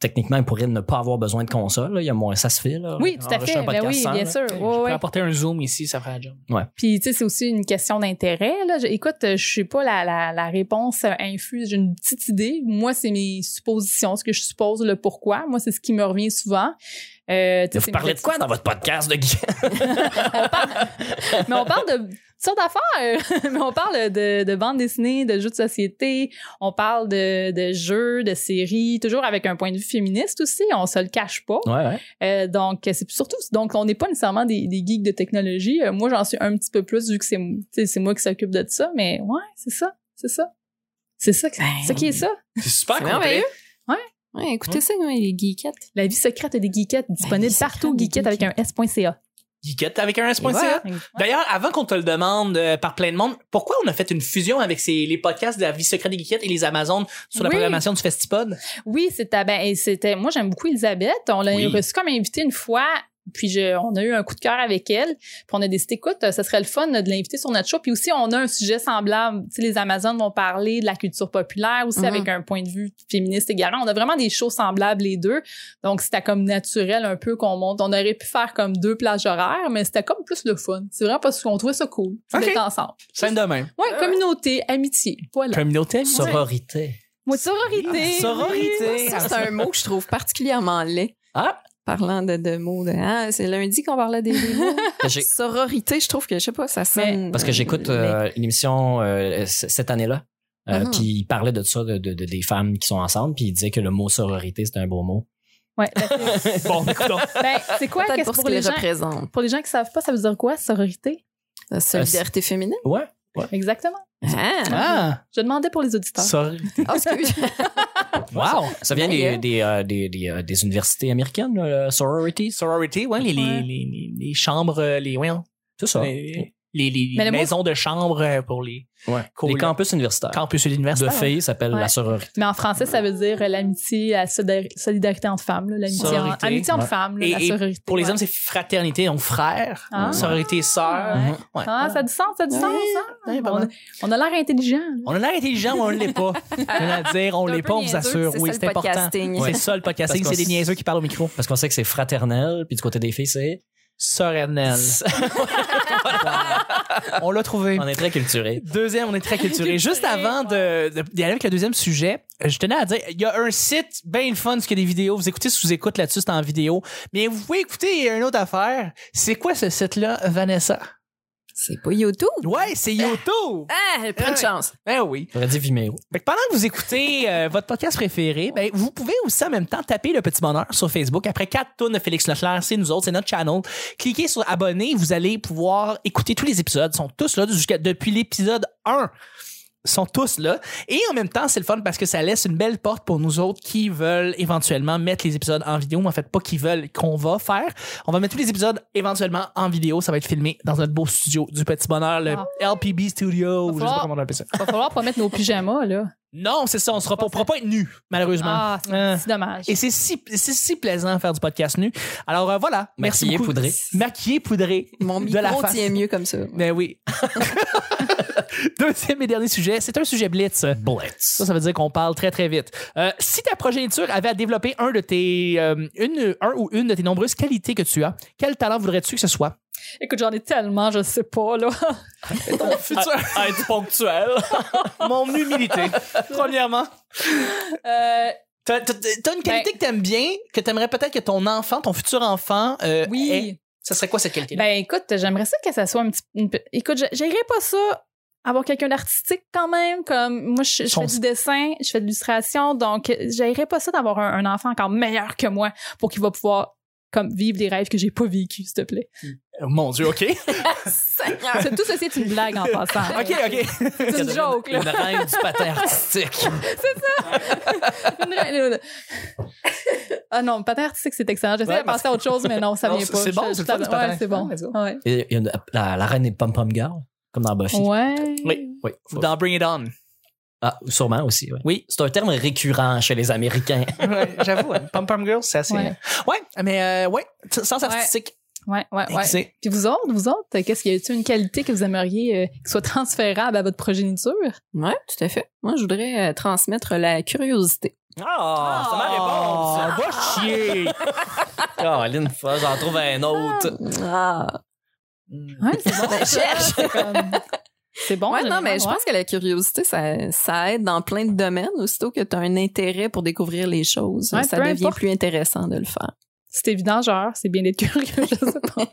S3: techniquement, ils pourraient ne pas avoir besoin de console. là. Il y a moins, ça se fait. Là,
S2: Oui, tout à
S3: Enregistrer
S2: fait.
S3: un
S2: Ben
S3: podcast
S2: oui,
S3: sans,
S2: bien
S3: là.
S2: sûr. Ouais,
S1: je
S2: ouais.
S1: peux apporter un zoom ici, ça ferait la job.
S2: Puis, tu sais, c'est aussi une question d'intérêt. Là. J'ai- Écoute, euh, je sais pas la, la, la réponse euh, infuse. J'ai une petite idée. Moi, c'est mes suppositions, ce que je suppose, le pourquoi. Moi, c'est ce qui me revient souvent. Euh, tu sais,
S3: Vous
S2: c'est-
S3: parlez de quoi dans votre podcast de Guy?
S2: Mais on parle de toutes sortes d'affaires. Mais on parle de, de bande dessinée, de jeux de société. On parle de, de jeux, de séries, toujours avec un point de vue féministe aussi. On se le cache pas.
S3: Ouais, ouais.
S2: Euh, donc, c'est surtout, donc, on n'est pas nécessairement des, des geeks de technologie. Euh, moi, j'en suis un petit peu plus vu que c'est, tu sais, c'est moi qui s'occupe de ça. Mais ouais, c'est ça. C'est ça. C'est ça, que-
S4: Ben,
S2: c'est ça qui est ça.
S1: C'est super
S4: C'est
S1: complet.
S4: merveilleux.
S2: Ouais.
S4: Ouais, écoutez
S1: Hein?
S4: ça, nous, les geekettes.
S2: La vie secrète des geekettes,
S4: La
S2: disponible
S4: vie
S2: partout,
S4: secrète des
S2: geekette avec un s.ca.
S1: Geekette avec un S.ca.
S4: Voilà.
S1: D'ailleurs, avant qu'on te le demande euh, par plein de monde, pourquoi on a fait une fusion avec ces, les podcasts de la vie secrète des geekettes et les Amazones sur la
S2: Oui.
S1: programmation du Festipod?
S2: Oui, c'était ben et c'était moi j'aime beaucoup Elisabeth, on l'a
S1: Oui.
S2: reçue comme invitée une fois. Puis je- on a eu un coup de cœur avec elle, puis on a décidé, écoute, ça serait le fun de l'inviter sur notre show. Puis aussi, on a un sujet semblable. Tu sais, les Amazones vont parler de la culture populaire aussi
S4: Mhm.
S2: avec un point de vue féministe également. On a vraiment des shows semblables les deux. Donc c'était comme naturel un peu qu'on monte. On aurait pu faire comme deux plages horaires, mais c'était comme plus le fun. C'est vraiment parce qu'on trouvait ça cool
S1: Ok.
S2: d'être ensemble. Euh,
S1: Scène demain.
S2: Ouais, communauté, amitié, voilà.
S1: Communauté?
S3: Sororité.
S2: Moi, sororité.
S1: Ah, Sororité.
S4: Ça, c'est un mot que je trouve particulièrement laid.
S3: Ah!
S4: Parlant de, de mots de. Ah, c'est lundi qu'on parlait des des mots.
S3: J'ai-
S4: Sororité, je trouve que, je sais pas, ça sonne.
S3: Parce que j'écoute euh, une émission euh, c- cette année-là. Euh,
S4: Mhm.
S3: Puis il parlait de ça, de, de- de- des femmes qui sont ensemble, puis il disait que le mot sororité, c'était un beau mot.
S2: Ouais, ben, c'est-
S1: Bon, écoutons.
S2: ben, c'est quoi
S4: Peut-être
S2: qu'est-ce
S4: pour ce
S2: pour
S4: qu'il
S2: les gens
S4: représente.
S2: pour les gens qui savent pas ça veut dire quoi sororité
S4: La solidarité féminine.
S3: Ouais.
S2: Exactement.
S4: Ah,
S1: Ah!
S2: Je demandais pour les auditeurs.
S1: Sororité.
S4: Ah, excuse.
S1: Wow!
S3: Ça vient des,
S4: Yeah.
S3: des, euh, des, des, euh, des universités américaines, euh, là, le sorority.
S1: Sorority, ouais, les, les,
S2: Ouais.
S1: les- les- les chambres, euh, les, voyons,
S3: C'est ça.
S1: les, les- les
S2: Mais le mot-
S1: maisons de chambre euh, pour les
S3: Ouais.
S1: Cool.
S3: Les campus universitaires.
S1: campus
S3: de
S1: universitaires.
S3: filles s'appelle
S2: Ouais.
S3: la sororité.
S2: Mais en français, ça veut dire euh, l'amitié, la solidar- solidarité entre femmes, là, l'amitié en,
S1: Sororité,
S2: amitié entre
S3: ouais.
S2: femmes, là,
S1: Et-
S2: la
S1: et
S2: sororité.
S1: Pour les
S2: ouais.
S1: hommes, c'est fraternité, donc frère.
S2: Ah.
S1: Sororité, sœur.
S2: Ouais.
S3: Mhm.
S1: Ouais.
S2: Ah, ça a du sens, ça a du
S4: Ouais.
S2: sens. hein?
S1: Ouais, pas
S2: on,
S1: mal.
S2: on a l'air intelligent. là.
S1: On a l'air intelligent, mais on ne l'est pas. Je viens à dire, on
S4: C'est un
S1: l'est
S4: peu
S1: pas, on vous
S4: niaiseux,
S1: assure.
S4: c'est
S1: Oui,
S4: ça,
S1: c'est
S4: le
S1: important.
S4: podcasting.
S1: C'est ça le podcasting,
S3: Parce
S1: c'est
S3: qu'on-
S1: des niaiseux qui parlent au micro.
S3: Parce qu'on sait que c'est fraternel, puis du côté des filles, c'est
S1: Sorenel. On l'a trouvé.
S3: On est très culturés.
S1: Deuxième, on est très culturé. Juste
S2: Culturé,
S1: avant de- de- d'y aller avec le deuxième sujet, je tenais à dire, il y a un site bien le fun, ce qu'il y a des vidéos. Vous écoutez sous écoute là-dessus, c'est en vidéo. Mais vous pouvez écouter une autre affaire. C'est quoi ce site-là, Vanessa?
S4: C'est pas YouTube.
S1: Ouais, c'est YouTube!
S4: Ah, prends
S1: Ah.
S4: de chance.
S1: Ben oui.
S3: J'aurais dit Vimeo.
S1: Fait que pendant que vous écoutez euh, votre podcast préféré, ben, vous pouvez aussi en même temps taper le petit bonheur sur Facebook. Après quatre tonnes de Félix Leclerc, c'est nous autres, c'est notre channel. Cliquez sur abonner, vous allez pouvoir écouter tous les épisodes. Ils sont tous là jusqu'à depuis l'épisode 1. Ils sont tous là. Et en même temps, c'est le fun parce que ça laisse une belle porte pour nous autres qui veulent éventuellement mettre les épisodes en vidéo, mais en fait pas qui veulent qu'on va faire. On va mettre tous les épisodes éventuellement en vidéo. Ça va être filmé dans notre beau studio du Petit Bonheur, le LPB Studio,
S2: Ah. Va
S1: ou je sais pas
S2: falloir-
S1: comment on appelle ça.
S2: Va falloir pas mettre nos pyjamas, là.
S1: Non, c'est ça, on sera pas, on pourra pas être nus, malheureusement.
S2: Ah,
S1: Euh.
S2: c'est c'est dommage.
S1: Et c'est si, c'est si plaisant de faire du podcast nu. Alors euh, voilà, merci
S3: Maquillé,
S1: beaucoup.
S3: poudré.
S1: Maquillé, poudré.
S4: Mon
S1: De la
S4: micro
S1: face.
S4: tient mieux comme ça.
S1: Ben oui. Deuxième et dernier sujet, c'est un sujet blitz.
S3: Blitz.
S1: Ça, ça veut dire qu'on parle très, très vite. Euh, si ta progéniture avait à développer un de tes, euh, une, un ou une de tes nombreuses qualités que tu as, quel talent voudrais-tu que ce soit?
S2: Écoute, j'en ai tellement, je sais pas, là.
S1: Ton futur,
S3: Être ponctuel.
S1: mon humilité, premièrement. Ben
S2: Euh,
S1: T'as t'as- t'as une qualité que t'aimes bien, que t'aimerais peut-être que ton enfant, ton futur enfant, euh,
S2: oui.
S1: ait. Ça serait quoi cette qualité-là?
S2: Ben écoute, j'aimerais ça que ça soit un petit. une pe- écoute, j'a- j'aimerais pas ça avoir quelqu'un d'artistique quand même. Comme moi, je, je
S1: Son-
S2: fais du dessin, je fais de l'illustration, donc euh, j'aimerais pas ça d'avoir un, un enfant encore meilleur que moi pour qu'il va pouvoir comme vivre les rêves que j'ai pas vécu, s'il te plaît.
S1: Oh, Mon Dieu, OK.
S4: Seigneur.
S2: C'est- Tout ceci est une blague en passant.
S1: OK, OK.
S2: C'est une joke là.
S3: Une reine du patin artistique.
S2: Une reine- ah non, patin artistique c'est excellent. J'essaie
S1: Ouais,
S2: de penser à autre chose, mais non, ça
S1: Non,
S2: vient
S1: c'est-
S2: pas.
S1: c'est bon,
S2: Je-
S1: c'est le
S2: ça-
S1: fun du patin.
S2: Ouais, c'est bon. Ouais.
S3: Et il y a une- la, la reine est Pom Pom Girl, comme dans Buffy.
S2: Ouais.
S1: Oui.
S3: Oui, faut-
S1: Dans Bring It On.
S3: Ah, sûrement aussi. ouais.
S1: Oui.
S3: C'est un terme récurrent chez les Américains.
S1: Ouais, J'avoue, hein. Pom Pom Girls, c'est assez. Ouais,
S2: Ouais.
S1: mais euh, ouais, t- sens artistique.
S2: Ouais, ouais, ouais.
S1: C'est-
S2: Puis vous autres, vous autres, euh, qu'est-ce qu'il y a-t-il une qualité que vous aimeriez euh, qui soit transférable à votre progéniture?
S4: Ouais, tout à fait. Moi, je voudrais euh, transmettre la curiosité.
S3: Ah,
S1: Ah, va chier.
S3: Ah, Aline, faut- j'en trouve un autre.
S4: Ah.
S2: Ouais, c'est bon. C'est comme- C'est bon.
S4: Ouais, non,
S2: généralement,
S4: mais je
S2: ouais.
S4: pense que la curiosité, ça, ça aide dans plein de domaines. Aussitôt que tu as un intérêt pour découvrir les choses,
S2: Ouais,
S4: ça
S2: peu
S4: devient
S2: importe.
S4: plus intéressant de le faire.
S2: C'est évident, genre, c'est bien d'être curieux, je sais pas.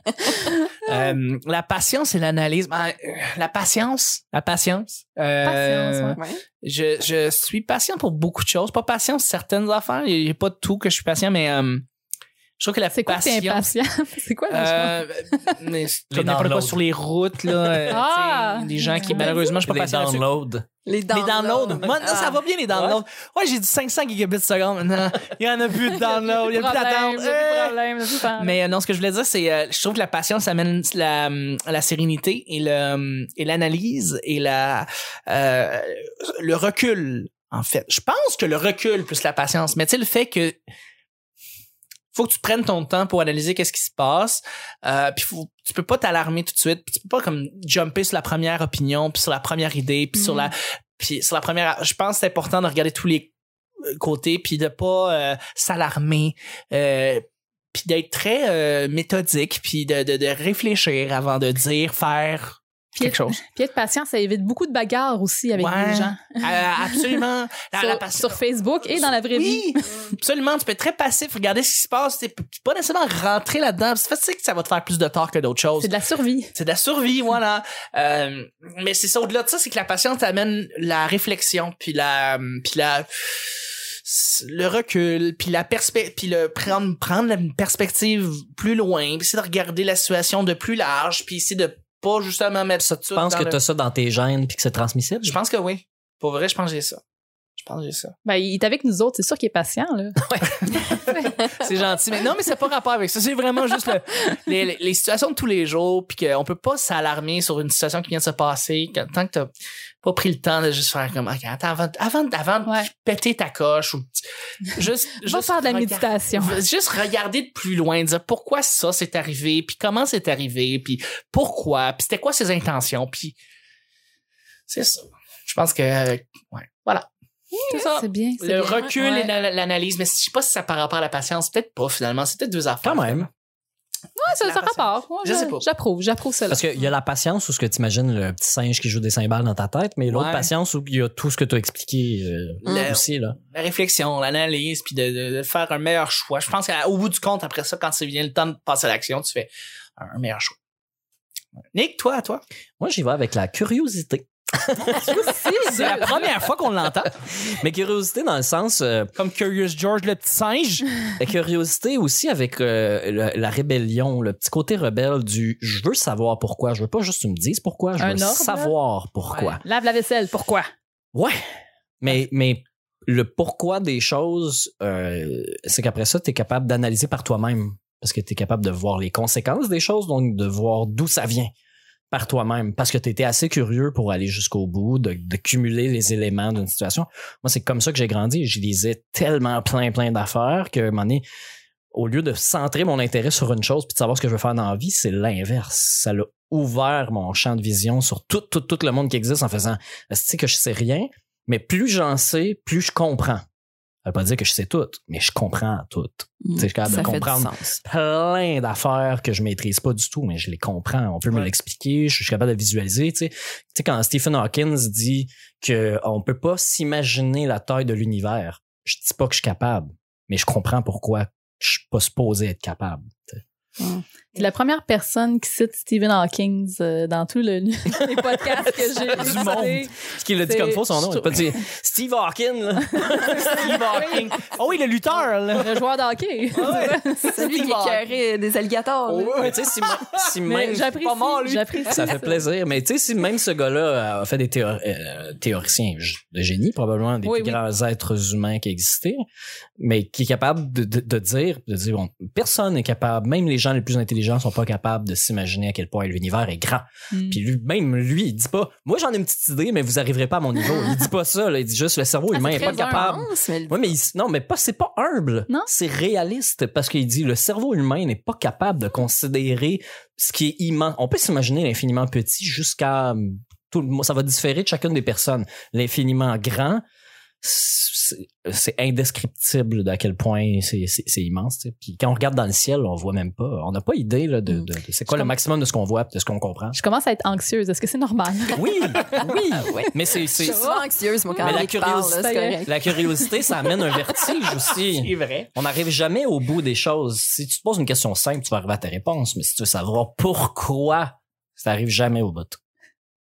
S1: Euh, la patience et l'analyse. Ben, euh, la patience. La patience. Euh,
S2: Patience, ouais.
S1: je, je suis patient pour beaucoup de choses. Pas patient sur certaines affaires. Il n'y a pas de tout que je suis patient, mais euh, je trouve que la
S2: C'est quoi que t'es
S1: patience.
S2: impatient? C'est quoi la
S1: Euh, mais c'est
S3: Les
S1: comme n'importe quoi
S3: downloads.
S1: sur les routes là euh,
S2: Ah!
S1: tu sais, des gens qui
S2: Ouais.
S1: malheureusement je suis pas
S3: Les
S1: patient là-dessus.
S3: downloads.
S4: Les
S1: les downloads moi non,
S2: Ah.
S1: ça va bien les downloads Ah. ouais, j'ai dit 500 gigabits seconde maintenant il y en a plus de downloads il y a plus d'attente Euh.
S2: problème, plus d'attente.
S1: mais euh, non, ce que je voulais dire, c'est euh, je trouve que la patience amène la, euh, la sérénité et le euh, et l'analyse et la euh, le recul en fait. Je pense que le recul plus la patience, mais tu sais le fait que faut que tu prennes ton temps pour analyser qu'est-ce qui se passe, euh, puis faut, tu peux pas t'alarmer tout de suite, puis tu peux pas comme jumper sur la première opinion, puis sur la première idée, puis sur
S2: Mhm.
S1: la puis sur la première je pense que c'est important de regarder tous les euh, côtés puis de pas euh, s'alarmer euh, puis d'être très euh, méthodique, puis de, de, de réfléchir avant de dire, faire
S2: Puis
S1: quelque chose.
S2: Puis être patient, ça évite beaucoup de bagarres aussi avec
S1: Ouais.
S2: les gens.
S1: Euh, absolument. La,
S2: sur,
S1: la passion-
S2: sur Facebook et dans la vraie vie.
S1: oui, absolument. Tu peux être très passif, regarder ce qui se passe. Tu peux pas nécessairement rentrer là-dedans. C'est facile que ça va te faire plus de tort que d'autres choses.
S2: C'est de la survie.
S1: C'est de la survie, voilà. Euh, mais c'est ça, au-delà de ça, c'est que la patience amène la réflexion, puis la, puis la, le recul, puis la perspective, puis le prendre, prendre une perspective plus loin, puis c'est de regarder la situation de plus large, puis c'est de pas justement mettre ça tout
S3: Je pense
S1: dans
S3: que
S1: le-
S3: t'as ça dans tes gènes puis que c'est transmissible.
S1: Je pense que oui. Pour vrai, je pense que j'ai ça. Je pense que j'ai ça.
S2: Ben, il est avec nous autres, c'est sûr qu'il est patient, là.
S1: C'est gentil. Mais non, mais c'est pas rapport avec ça. C'est vraiment juste le- les, les- les situations de tous les jours, puis qu'on peut pas s'alarmer sur une situation qui vient de se passer quand- tant que t'as pas pris le temps de juste faire comme OK, attends, avant, avant, avant de
S2: Ouais.
S1: péter ta coche ou juste,
S2: Va
S1: juste
S2: faire de la
S1: regarder-
S2: méditation.
S1: Juste regarder de plus loin, dire pourquoi ça s'est arrivé, puis comment c'est arrivé, puis pourquoi, puis c'était quoi ses intentions, puis c'est ça. Je pense que euh, ouais, voilà. C'est ça.
S2: C'est bien. c'est
S1: Le
S2: bien.
S1: recul
S2: Ouais.
S1: et la- l'analyse, mais je sais pas si ça par rapport à la patience, peut-être pas finalement, c'est peut-être deux affaires.
S3: Quand même.
S2: Ouais, ça,
S1: La
S2: ça
S1: patience.
S2: rapporte. Moi,
S1: Je
S2: je-
S1: sais pas.
S2: J'approuve, j'approuve cela.
S3: Parce qu'il y a la patience où ce que tu imagines le petit singe qui joue des cymbales dans ta tête, mais l'autre
S1: Ouais.
S3: patience où il y a tout ce que tu as expliqué euh,
S1: Le-
S3: aussi. Là.
S1: la réflexion, l'analyse, puis de, de- de faire un meilleur choix. Je pense qu'au bout du compte, après ça, quand il vient le temps de passer à l'action, tu fais un meilleur choix. Nick, toi, à toi.
S3: Moi, j'y vais avec la curiosité.
S1: C'est la première fois qu'on l'entend.
S3: Mais curiosité dans le sens, euh,
S1: Comme Curious George, le petit singe.
S3: la curiosité aussi avec euh, la, la rébellion, le petit côté rebelle du je veux savoir pourquoi, je veux pas juste que tu me dises pourquoi, je
S2: Un
S3: veux
S2: ordre, là.
S3: savoir pourquoi.
S2: Lave la vaisselle, pourquoi?
S3: Ouais, mais, mais le pourquoi des choses, euh, c'est qu'après ça, tu es capable d'analyser par toi-même. Parce que tu es capable de voir les conséquences des choses, donc de voir d'où ça vient par toi-même. Parce que tu étais assez curieux pour aller jusqu'au bout, de, de cumuler les éléments d'une situation. Moi, c'est comme ça que j'ai grandi. Je lisais tellement plein, plein d'affaires que, à un moment donné, au lieu de centrer mon intérêt sur une chose puis de savoir ce que je veux faire dans la vie, c'est l'inverse. Ça l'a ouvert mon champ de vision sur tout, tout, tout le monde qui existe en faisant c'est que je sais rien, mais plus j'en sais, plus je comprends. Ça veut pas dire que je sais tout, mais je comprends tout. Tu sais, je suis capable
S4: ça
S3: de
S4: fait du
S3: comprendre
S4: sens.
S3: plein d'affaires que je maîtrise pas du tout, mais je les comprends. On peut me
S1: Ouais.
S3: l'expliquer, je suis capable de visualiser. Tu sais, Tu sais, quand Stephen Hawking dit qu'on peut pas s'imaginer la taille de l'univers, je dis pas que je suis capable, mais je comprends pourquoi je suis pas supposé être capable. tu sais.
S2: C'est la première personne qui cite Stephen Hawking euh, dans tous le, les podcasts que j'ai
S3: Du
S2: écoutés.
S3: monde. Ce qu'il a dit
S2: C'est-
S3: comme faux, son nom,
S2: je
S3: il a pas dit Steve Hawking. là.
S1: Steve Hawking.
S3: Ah
S1: Oh oui, le lutteur, là.
S2: Le joueur d'hockey.
S4: C'est lui qui
S1: Steve Hawking.
S4: écœurait des alligators. là.
S3: Mais tu sais, si, si
S2: Mais
S3: même
S2: j'apprécie.
S1: pas mort, lui.
S2: j'apprécie
S3: Ça fait plaisir. Mais tu sais, si même ce gars-là a fait des théor- euh, théoriciens g- de génie, probablement des
S2: Oui,
S3: plus
S2: oui.
S3: grands êtres humains qui existaient, mais qui est capable de, de- de dire, de dire, bon, personne n'est capable, même les gens les plus intelligents sont pas capables de s'imaginer à quel point l'univers est grand.
S2: Mm.
S3: Puis lui, même lui, il dit pas, moi j'en ai une petite idée, mais vous arriverez pas à mon niveau. Il dit pas ça, là. il dit juste le cerveau
S4: Ah,
S3: humain
S4: c'est
S3: est pas
S4: très
S3: capable.
S4: intense, mais le-
S3: Oui, mais il- non, mais pas, c'est pas humble.
S2: Non.
S3: C'est réaliste parce qu'il dit le cerveau humain n'est pas capable de considérer ce qui est immense. On peut s'imaginer l'infiniment petit jusqu'à hum, tout le monde. Ça va différer de chacune des personnes. L'infiniment grand, c'est c'est indescriptible d'à quel point c'est c'est- c'est immense. tu sais. Puis quand on regarde dans le ciel, on voit même pas. On n'a pas idée là, de, de- de- c'est quoi
S2: Mm. Je
S3: le maximum de ce qu'on voit, puis de ce qu'on comprend.
S2: Je Ah commence à être anxieuse. Est-ce que c'est normal?
S3: Oui, oui, mais c'est c'est-
S4: Je suis souvent anxieuse, moi, quand
S3: Mais la
S4: Nick parle, là, c'est
S2: curiosité,
S4: correct.
S3: la curiosité, ça amène un vertige aussi.
S1: C'est vrai.
S3: On n'arrive jamais au bout des choses. Si tu te poses une question simple, tu vas arriver à ta réponse, mais si tu veux savoir pourquoi, ça n'arrive jamais au bout.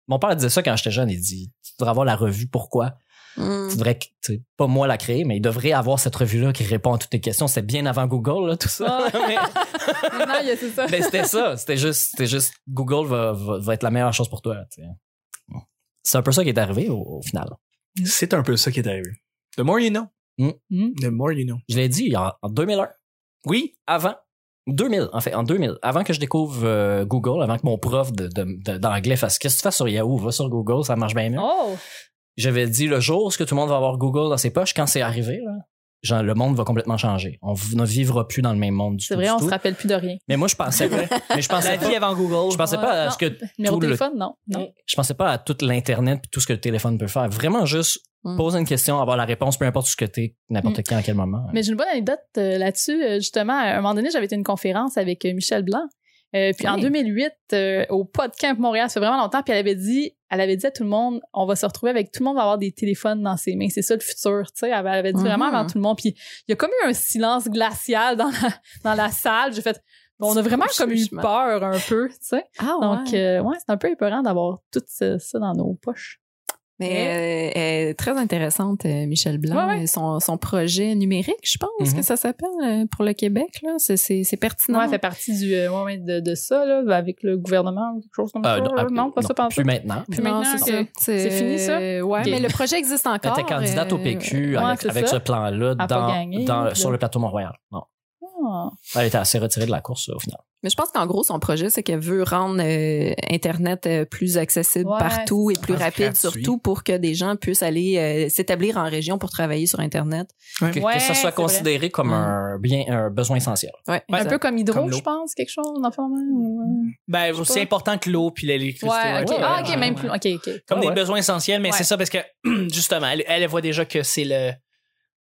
S3: Mon père disait ça quand j'étais jeune, il dit Tu devrais avoir la revue pourquoi.
S4: Mm.
S3: Tu devrais, tu sais, pas moi la créer, mais il devrait avoir cette revue-là qui répond à toutes tes questions. C'est bien avant Google, là, tout ça. mais
S2: non, il y a- c'est ça.
S3: mais c'était ça. C'était juste, c'était juste Google va, va- va être la meilleure chose pour toi. tu sais. C'est un peu ça qui est arrivé au, au final.
S5: C'est un peu ça qui est arrivé. The more you know.
S2: Mm.
S5: The more you know.
S3: Je l'ai dit en, en 2001. Oui. Avant. 2000, en fait, en 2000. Avant que je découvre euh, Google, avant que mon prof de- de- de- d'anglais fasse qu'est-ce que tu fais sur Yahoo, va sur Google, ça marche bien mieux.
S2: Oh!
S3: J'avais dit le jour où ce que tout le monde va avoir Google dans ses poches, quand c'est arrivé, là, genre, le monde va complètement changer. On v- ne vivra plus dans le même monde du
S2: C'est
S3: tout,
S2: vrai,
S3: du
S2: on
S3: tout.
S2: se rappelle plus de rien.
S3: Mais moi, je pensais, mais je pensais
S1: La
S3: pas,
S1: vie avant Google.
S3: je pensais
S2: Ouais,
S3: pas à
S2: non.
S3: ce que
S2: Numéro
S3: Tout
S2: de
S3: le-
S2: téléphone, non. non.
S3: je pensais pas à tout l'internet et tout ce que le téléphone peut faire. Vraiment juste
S4: Mm.
S3: poser une question, avoir la réponse, peu importe ce que t'es, n'importe
S2: Mm.
S3: quand, à quel moment.
S2: Mais j'ai une bonne anecdote euh, là-dessus. Euh, justement, à un moment donné, j'avais été à une conférence avec euh, Michel Blanc. Euh, puis en
S4: Oui.
S2: 2008, euh, au Podcamp Montréal, ça fait vraiment longtemps. Puis elle avait dit, elle avait dit à tout le monde, on va se retrouver avec tout le monde va avoir des téléphones dans ses mains. C'est ça le futur, tu sais. Elle avait- elle avait dit
S4: Mhm.
S2: vraiment avant tout le monde. Puis il y a comme eu un silence glacial dans la, dans la salle. J'ai fait, bon, on a vraiment comme eu
S4: Franchement.
S2: peur un peu, tu sais.
S4: Ah, ouais.
S2: Donc euh, ouais, c'est un peu épeurant d'avoir tout ce- ça dans nos poches.
S4: Mais euh, elle est très intéressante, euh, Michel Blanc.
S2: Ouais,
S4: Son, son projet numérique, je pense
S3: Mhm.
S4: que ça s'appelle euh, pour le Québec. là. C'est- C'est c'est pertinent.
S2: Ouais, elle fait partie du euh, ouais, ouais, de, de ça là, avec le gouvernement ou quelque chose comme
S3: Euh,
S2: ça. là.
S3: ah,
S2: Non, pas ça, pas
S3: plus maintenant.
S2: Puis
S4: Non,
S2: maintenant
S4: c'est
S2: que
S4: ça. C'est
S2: c'est fini, ça?
S4: euh, Ouais,
S2: Ok.
S4: mais le projet existe
S3: Elle
S4: encore.
S3: était candidate au PQ
S2: euh,
S3: avec,
S2: ouais, c'est
S3: avec
S2: ça.
S3: ce plan-là
S2: Elle a pas
S3: dans,
S2: gagné,
S3: dans-
S2: puis là.
S3: sur le plateau Mont-Royal. Non.
S2: Ah.
S3: Elle était assez retirée de la course euh, au final.
S4: Mais je pense qu'en gros, son projet, c'est qu'elle veut rendre euh, Internet euh, plus accessible
S2: Ouais,
S4: partout et plus
S5: Ah, c'est
S4: rapide,
S5: gratuit.
S4: surtout pour que des gens puissent aller euh, s'établir en région pour travailler sur Internet.
S3: Que, que
S2: Ouais,
S3: ça
S2: c'est
S3: soit
S2: vrai.
S3: considéré comme
S4: Mm.
S3: un, bien, un besoin essentiel.
S4: Ouais,
S2: un
S4: exact.
S2: peu comme Hydro,
S5: Comme l'eau.
S2: je pense, quelque chose, dans le fond, hein, ou,
S1: Ben,
S2: sais
S1: c'est
S2: pas.
S1: important que l'eau puis
S2: euh,
S1: l'électricité.
S2: Ouais, ok.
S3: ouais,
S2: ah,
S3: ouais,
S2: ok,
S3: ouais,
S2: même
S3: ouais.
S2: plus. Ok, ok.
S1: Comme
S3: Ouais,
S1: des
S3: ouais.
S1: besoins essentiels, mais
S2: Ah Ouais.
S1: c'est ça parce que, justement, elle, elle voit déjà que c'est le.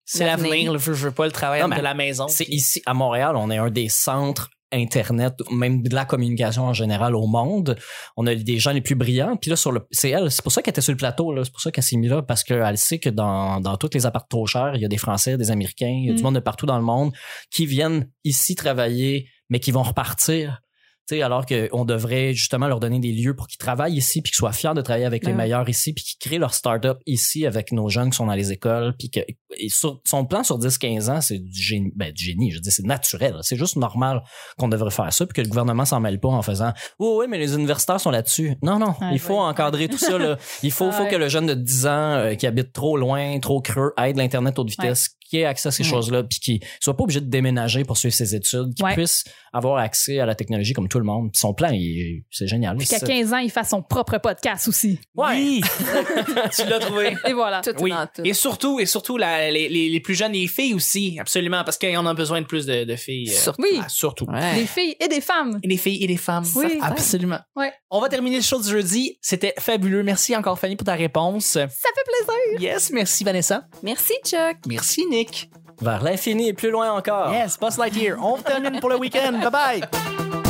S1: C'est
S4: L'avenir.
S1: l'avenir, le veux, veux pas, le travail
S3: Non, mais
S1: de la maison.
S3: C'est ici, à Montréal, on est un des centres Internet, même de la communication en général au monde. On a des gens les plus brillants. Puis là, sur le, c'est elle. C'est pour ça qu'elle était sur le plateau. là. C'est pour ça qu'elle s'est mise là parce qu'elle sait que dans, dans toutes les appartements trop chers, il y a des Français, des Américains, il y a du
S2: Mm.
S3: monde de partout dans le monde qui viennent ici travailler, mais qui vont repartir. Tu sais, alors qu'on devrait justement leur donner des lieux pour qu'ils travaillent ici, puis qu'ils soient fiers de travailler avec les
S4: Ben oui.
S3: meilleurs ici, puis qu'ils créent leur start-up ici avec nos jeunes qui sont dans les écoles. Puis que, et sur- son plan sur 10-15 ans, c'est du génie. Ben, du génie, je dis, c'est naturel. C'est juste normal qu'on devrait faire ça, puis que le gouvernement s'en mêle pas en faisant Oui, oui, mais les universitaires sont là-dessus. Non, non,
S2: Ah,
S3: il faut
S2: ouais.
S3: encadrer tout ça. Là. Il faut,
S2: Ah,
S3: faut
S2: ouais.
S3: que le jeune de 10 ans euh, qui habite trop loin, trop creux, aide l'Internet haute vitesse, qui ait accès à ces
S2: Ouais.
S3: choses-là, puis qui soit pas obligé de déménager pour suivre ses études, qui
S2: Ouais.
S3: puisse avoir accès à la technologie comme tout le monde. Puis son plan, il- c'est génial.
S2: Puis qu'à
S3: C'est-
S2: 15 ans, il fasse son propre podcast aussi.
S1: Oui.
S5: tu l'as trouvé.
S2: Et voilà.
S4: Tout
S1: Oui.
S4: dans tout.
S1: Et surtout, et surtout la- les, les- les plus jeunes, les filles aussi, absolument, parce qu'on en a besoin de plus de, de filles. euh,
S4: Surtout.
S2: Oui,
S1: ah, surtout.
S4: Ouais.
S2: des filles et des femmes.
S1: Et les filles et les femmes.
S2: Oui.
S1: absolument.
S2: Ouais.
S1: On va terminer le show du jeudi. C'était fabuleux. Merci encore, Fanny, pour ta réponse.
S2: Ça fait plaisir.
S1: Yes, merci, Vanessa.
S4: Merci, Chuck.
S1: Merci, Nick.
S3: Vers l'infini et plus loin encore.
S1: Yes, Buzz Lightyear. On termine pour le week-end. Bye bye.